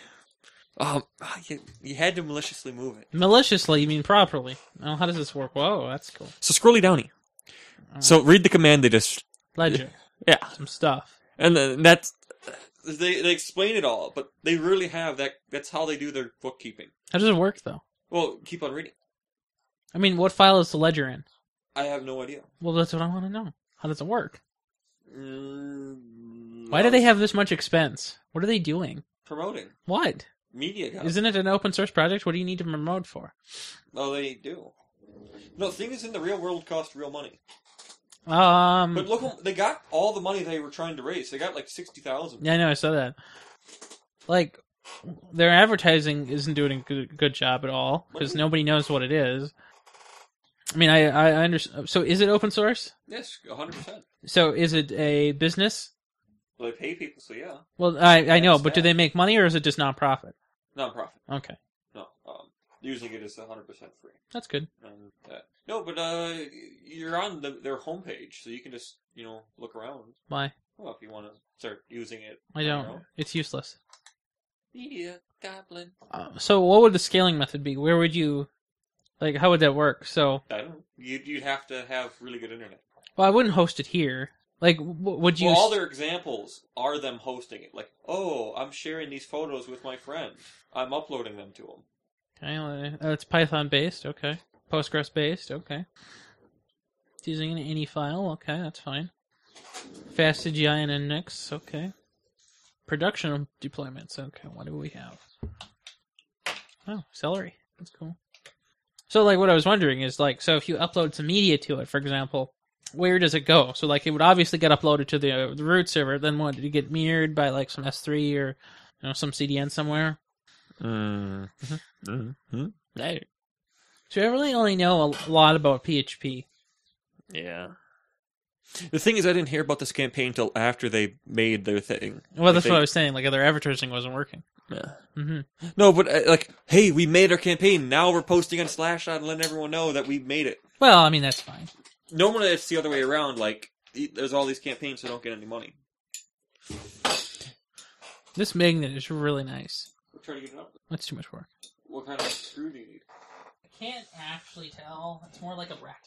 S4: Um, ah, you, you had to maliciously move it.
S2: Maliciously, you mean properly. Oh, how does this work? Whoa, that's cool.
S4: So scrolly downy. So read the command they just
S2: Ledger,
S4: yeah,
S2: some stuff.
S4: and then that's they they explain it all, but they really have that. That's how they do their bookkeeping.
S2: How does it work though?
S4: Well, keep on reading.
S2: I mean, what file is the ledger in?
S4: I have no idea.
S2: Well, that's what I want to know. How does it work?
S4: Mm,
S2: Why do they have this much expense? What are they doing?
S4: promoting
S2: What?
S4: media? Guys.
S2: Isn't it an open source project? What do you need to promote for?
S4: Oh, they do. No, things in the real world cost real money.
S2: Um,
S4: But look, they got all the money they were trying to raise. They got like sixty thousand.
S2: yeah, I know, I saw that. Like, their advertising isn't doing a good, good job at all because nobody knows what it is. I mean, I I, I understand. So, is it open source?
S4: Yes, hundred percent.
S2: So, is it a business?
S4: Well, they pay people, so yeah,
S2: Well, I I know, but do
S4: Understand.
S2: they make money or is it just nonprofit?
S4: nonprofit.
S2: Okay,
S4: No, um, usually it is hundred percent free.
S2: that's good.
S4: And uh, no, but uh, you're on the, their homepage, so you can just you know look around.
S2: Why?
S4: Well, if you want to start using it,
S2: I
S4: on your
S2: don't.
S4: own.
S2: It's useless.
S4: Media Goblin.
S2: Uh, so what would the scaling method be? Where would you like how would that work? So
S4: I don't. You'd, you'd have to have really good internet.
S2: well, I wouldn't host it here. Like w- would you
S4: Well, all their examples are them hosting it. Like, oh, I'm sharing these photos with my friend. I'm uploading them to him.
S2: Okay, well, uh, it's Python based, okay. Postgres based, okay. It's using an any file, okay, that's fine. FastAGI and Nix, okay. Production deployments, okay. What do we have? Oh, celery. That's cool. So, like, what I was wondering is, like, so if you upload some media to it, for example, where does it go? So, like, it would obviously get uploaded to the, the root server. Then, what did it get mirrored by, like, some S3 or, you know, some CDN somewhere?
S4: Mm. Mm-hmm.
S2: So I really only know a lot about PHP.
S4: Yeah. The thing is, I didn't hear about this campaign until after they made their thing.
S2: Well, that's
S4: Like,
S2: what I
S4: they-
S2: was saying. Like their advertising wasn't working.
S4: Yeah.
S2: hmm
S4: No, but uh, like, hey, we made our campaign. Now we're posting on Slashdot and letting everyone know that we made it.
S2: Well, I mean that's fine.
S4: Normally, it's the other way around. Like, e- there's all these campaigns that don't get any money.
S2: This magnet is really nice.
S4: We're trying to get it up.
S2: That's too much work.
S4: What kind of screw do you need?
S2: I can't actually tell. It's more like a rack.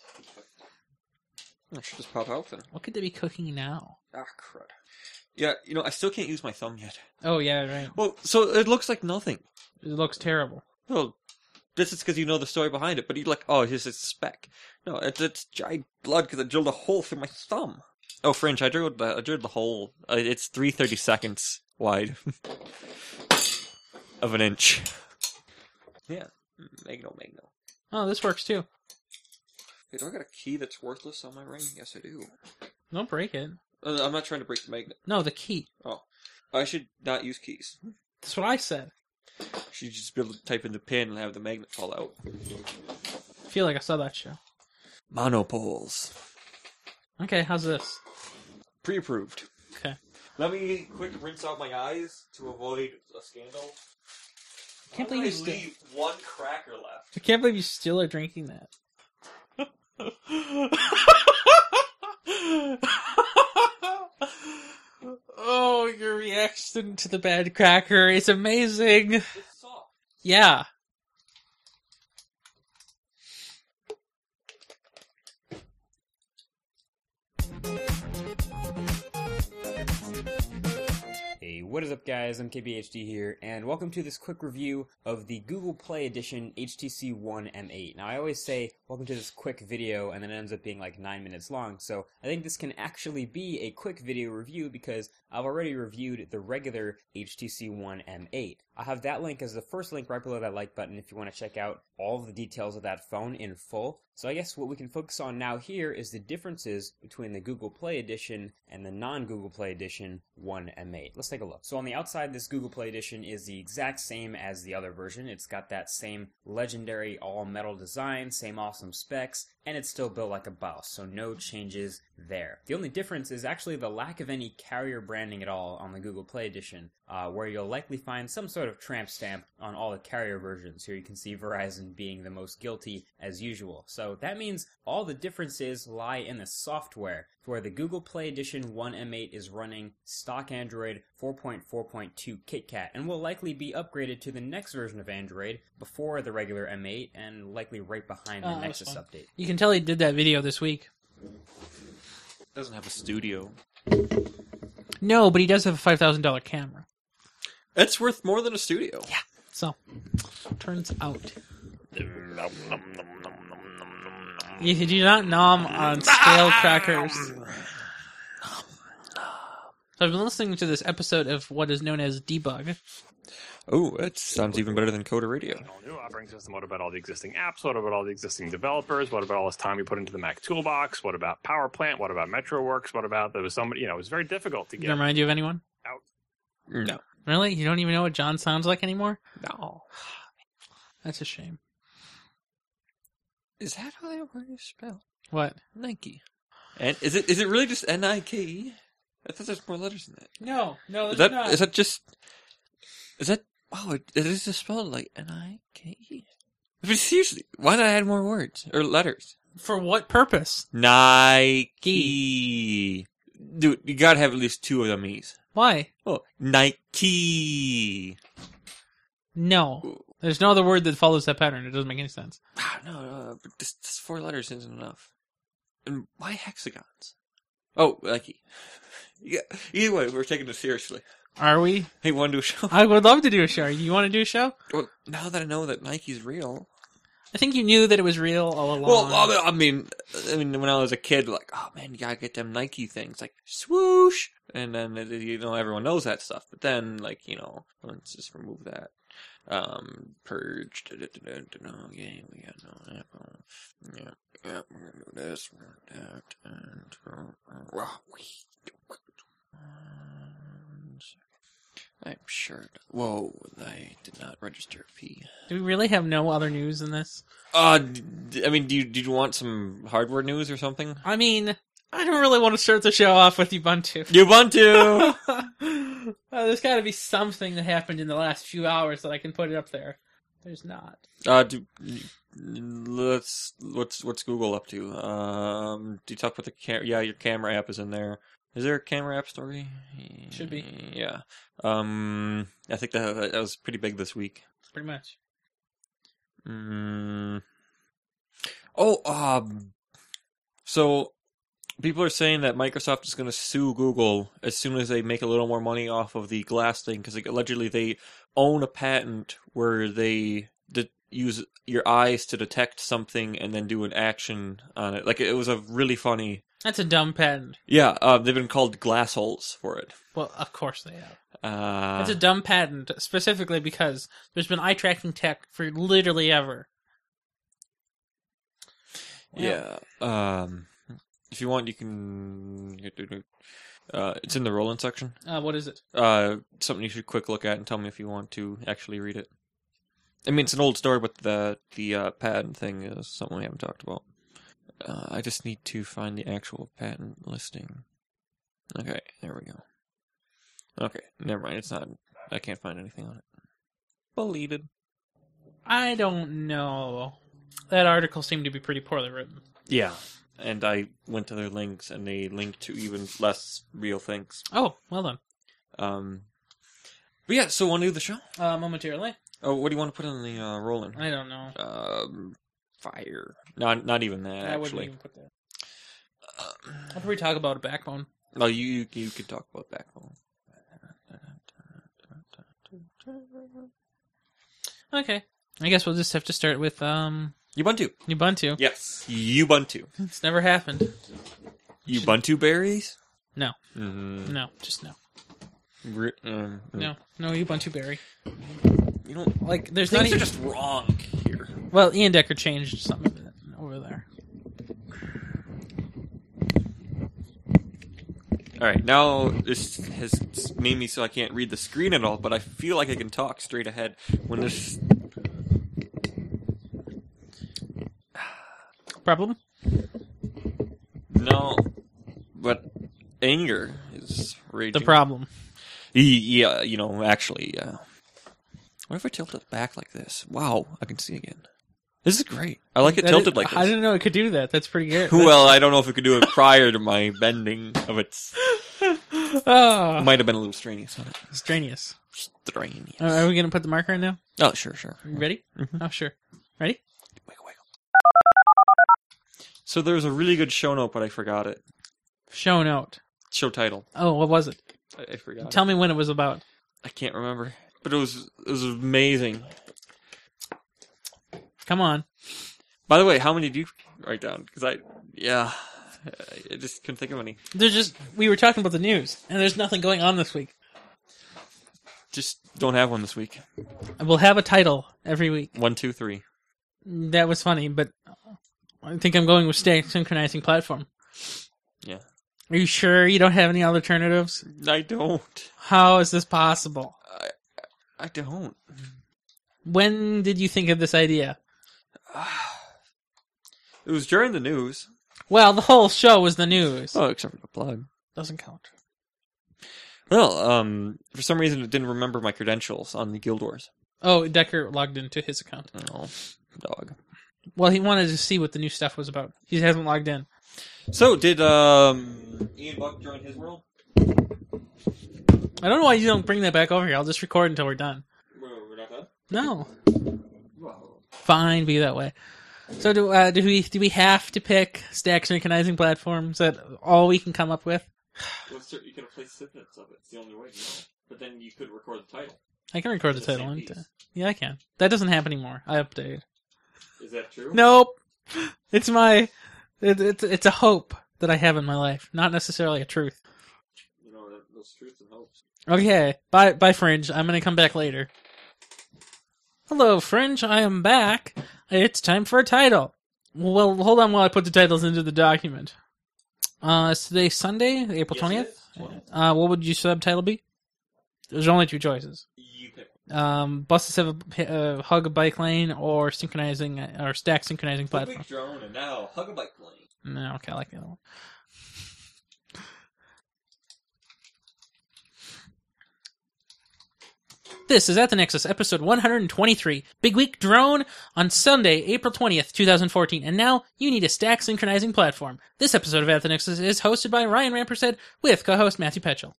S4: It should just pop out then.
S2: What could they be cooking now?
S4: Ah, crud. Yeah, you know, I still can't use my thumb yet.
S2: Oh yeah, right.
S4: Well, so it looks like nothing.
S2: It looks terrible.
S4: Well, This is because you know the story behind it, but you're like, oh, here's a speck. No, it's, it's giant blood because I drilled a hole through my thumb. Oh, Fringe, I drilled the, I drilled the hole. Uh, It's 330 seconds wide of an inch. Yeah. Magno, magno.
S2: Oh, this works too.
S4: Wait, do I got a key that's worthless on my ring? Yes, I do.
S2: Don't break it.
S4: Uh, I'm not trying to break the magnet.
S2: No, the key.
S4: I should not use keys.
S2: That's what I said.
S4: Should just be able to type in the pin and have the magnet fall out.
S2: I feel like I saw that show.
S4: Monopoles.
S2: Okay, how's this?
S4: Pre approved.
S2: Okay.
S4: Let me quick rinse out my eyes to avoid a scandal.
S2: I can't
S4: Why
S2: believe you
S4: did I
S2: still.
S4: leave one cracker left.
S2: I can't believe you still are drinking that. oh, your reaction to the bad cracker is amazing.
S4: It's soft.
S2: Yeah.
S5: Hey, what is up, guys? I'm KBHD here, and welcome to this quick review of the Google Play Edition HTC One M8. Now, I always say, welcome to this quick video, and then it ends up being like nine minutes long, so I think this can actually be a quick video review because I've already reviewed the regular HTC One M8. I'll have that link as the first link right below that like button if you want to check out all of the details of that phone in full. So, I guess what we can focus on now here is the differences between the Google Play Edition and the non Google Play Edition One M8. Let's take a look. So, on the outside, this Google Play Edition is the exact same as the other version. It's got that same legendary all metal design, same awesome specs, and it's still built like a boss, so no changes there. The only difference is actually the lack of any carrier branding at all on the Google Play Edition, uh, where you'll likely find some sort of tramp stamp on all the carrier versions. Here you can see Verizon being the most guilty as usual. So that means all the differences lie in the software, where the Google Play Edition 1 M8 is running stock Android 4.4.2 KitKat and will likely be upgraded to the next version of Android before the regular M8 and likely right behind the
S2: Oh, that was
S5: Nexus
S2: fun.
S5: update.
S2: You can tell he did that video this week.
S4: Doesn't have a studio.
S2: No, but he does have a five thousand dollar camera.
S4: It's worth more than a studio. Yeah.
S2: So, turns out. You do not nom on stale crackers. So I've been listening to this episode of what is known as Debug.
S4: Oh, that sounds even better than Coda Radio.
S6: all new operating system? What about all the existing apps? What about all the existing developers? What about all this time you put into the Mac toolbox? What about Power Plant? What about MetroWorks? What about there was somebody you know, it was very difficult to
S2: Does
S6: get
S2: that remind you of anyone?
S4: No.
S2: Really? You don't even know what John sounds like anymore?
S4: No.
S2: That's a shame.
S4: Is that how they word is spelled?
S2: What?
S4: Nike. And is it is it really just N I K E? I thought there's more letters than that.
S2: No, no,
S4: Is that is that just is that wow? It, it is just spelled like N I K E. But seriously, why not add more words or letters?
S2: For what purpose?
S4: Nike. Dude, you gotta have at least two of them e's.
S2: Why?
S4: Oh, Nike.
S2: No. There's no other word that follows that pattern. It doesn't make any sense.
S4: Ah, no, no, but this, this four letters isn't enough. And why hexagons? Oh, Nike. Yeah. Either way, we're taking this seriously.
S2: Are we?
S4: Hey, want to do a show?
S2: I would love to do a show. You want to do a show?
S4: Well, now that I know that Nike's real,
S2: I think you knew that it was real all along.
S4: Well, I mean- I mean, I mean, when I was a kid, like, oh man, you gotta get them Nike things, like swoosh, and then uh, you know everyone knows that stuff. But then, like, you know, let's just remove that. Um, purge. da, da, da, da, da, No game. We got no apple. Yeah, yeah. We're gonna do this. We're gonna do that. And uh, uh, rah, wee, and- I'm sure. Whoa, I did not register a P.
S2: Do we really have no other news in this?
S4: Uh, d- I mean, do you, did you want some hardware news or something?
S2: I mean, I don't really want to start the show off with Ubuntu.
S4: Ubuntu!
S2: uh, there's got to be something that happened in the last few hours that I can put it up there. There's not.
S4: uh, do, let's, what's, what's Google up to? Um, do you talk with the camera? Yeah, your camera app is in there. Is there a camera app story?
S2: Should be.
S4: Yeah. Um, I think that, that was pretty big this week.
S2: Pretty much.
S4: Mm. Oh, um, so people are saying that Microsoft is going to sue Google as soon as they make a little more money off of the glass thing because allegedly they own a patent where they the use your eyes to detect something and then do an action on it. Like it was a really funny.
S2: That's a dumb patent.
S4: Yeah, uh, they've been called glass holes for it.
S2: Well, of course they have.
S4: Uh,
S2: That's a dumb patent, specifically because there's been eye tracking tech for literally ever.
S4: yeah. Um, if you want, you can. Uh, it's in the Roland section.
S2: Uh, what is it?
S4: Uh, something you should quick look at and tell me if you want to actually read it. I mean, it's an old story, but the the uh, patent thing is something we haven't talked about. Uh, I just need to find the actual patent listing. Okay, there we go. Okay, never mind. It's not. I can't find anything on it. Deleted.
S2: I don't know. That article seemed to be pretty poorly written.
S4: Yeah. And I went to their links, and they linked to even less real things.
S2: Oh, well done.
S4: Um, but yeah, so want to do the show?
S2: Uh, momentarily.
S4: Oh, what do you want to put on the uh, Roland?
S2: I don't know.
S4: um, fire. Not not even that
S2: I wouldn't
S4: actually. Uh,
S2: even put that. How about we talk about a backbone?
S4: No, Oh, you you, you could talk about backbone.
S2: Okay. I guess we'll just have to start with um
S4: Ubuntu.
S2: Ubuntu.
S4: Yes, Ubuntu.
S2: It's never happened.
S4: Ubuntu berries.
S2: No.
S4: Mm,
S2: No, just no.
S4: ri- mm, mm.
S2: No. No Ubuntu Berry.
S4: You don't like.
S2: Like there's
S4: things
S2: not
S4: are
S2: even
S4: just wrong here.
S2: Well, Ian Decker changed some of it over there.
S4: All right, now this has made me so I can't read the screen at all, but I feel like I can talk straight ahead when this.
S2: Problem?
S4: No, but anger is
S2: The
S4: raging.
S2: problem.
S4: Ye- Yeah, uh, you know, actually, yeah. What if I tilt it back like this? Wow, I can see again. This is great. I like it
S2: That
S4: tilted
S2: is-
S4: like
S2: I
S4: this.
S2: didn't know it could do that. That's pretty good.
S4: Well, I don't know if it could do it prior to my bending of its.
S2: oh,
S4: Might have been a little strenuous on it.
S2: strenuous. Uh,
S4: Strenuous.
S2: Are- Are we gonna put the marker in now?
S4: Oh, sure, sure.
S2: You ready?
S4: Mhm.
S2: Oh, sure. Ready?
S4: Wiggle, wiggle. So there was a really good show note, but I forgot it.
S2: Show note.
S4: Show title.
S2: Oh, what was it?
S4: I, I forgot.
S2: Tell me when it was about.
S4: it. I can't remember. But it was it was amazing.
S2: Come on.
S4: By the way, how many do you write down? Because I, yeah, I- I just couldn't think of any.
S2: There's just we were talking about the news, and there's nothing going on this week.
S4: Just don't have one this week.
S2: We'll have a title every week.
S4: One, two, three.
S2: That was funny, but I think I'm going with stay synchronizing platform.
S4: Yeah.
S2: Are you sure you don't have any alternatives?
S4: I don't.
S2: How is this possible?
S4: I don't.
S2: When did you think of this idea?
S4: It was during the news.
S2: Well, the whole show was the news.
S4: Oh, except for the plug.
S2: Doesn't count.
S4: Well, um, for some reason it didn't remember my credentials on the Guild Wars.
S2: Oh, Decker logged into his account.
S4: Oh, dog.
S2: Well, he wanted to see what the new stuff was about. He hasn't logged in.
S4: So did um Ian Buck join his world?
S2: I don't know why you don't bring that back over here. I'll just record until we're done.
S4: Well, we're not done.
S2: No.
S4: Well,
S2: Fine, be that way. So do uh, do we do we have to pick stack synchronizing platforms that all we can come up with?
S4: let's you can play snippets of it. It's the only way. You know. But then you could record the title.
S2: I can record the
S4: It's the
S2: title.
S4: same
S2: and, uh,
S4: piece.
S2: Yeah, I can. That doesn't happen anymore. I updated.
S4: Is that true?
S2: Nope. It's my. It, it's it's a hope that I have in my life, not necessarily a truth.
S4: You know that, those truths and hopes.
S2: Okay, bye bye, Fringe. I'm gonna come back later. Hello, Fringe. I am back. It's time for a title. Well, hold on while I put the titles into the document. Uh, is today Sunday, April twentieth? Uh, what would your subtitle be? There's only two choices.
S4: You pick.
S2: Um, buses have a uh, hug a bike lane or synchronizing uh, or stack synchronizing platform.
S4: drone and now hug a bike lane.
S2: No, okay, I like the other one. This is At the Nexus, episode 123, Big Week Drone, on Sunday, April 20th, 2014. And now, you need a stack synchronizing platform. This episode of At the Nexus is hosted by Ryan Rampersad with co host Matthew Petchel.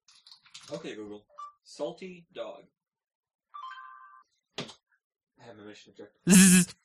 S4: Okay, Google. Salty dog. I have my mission objective.
S2: Zzz.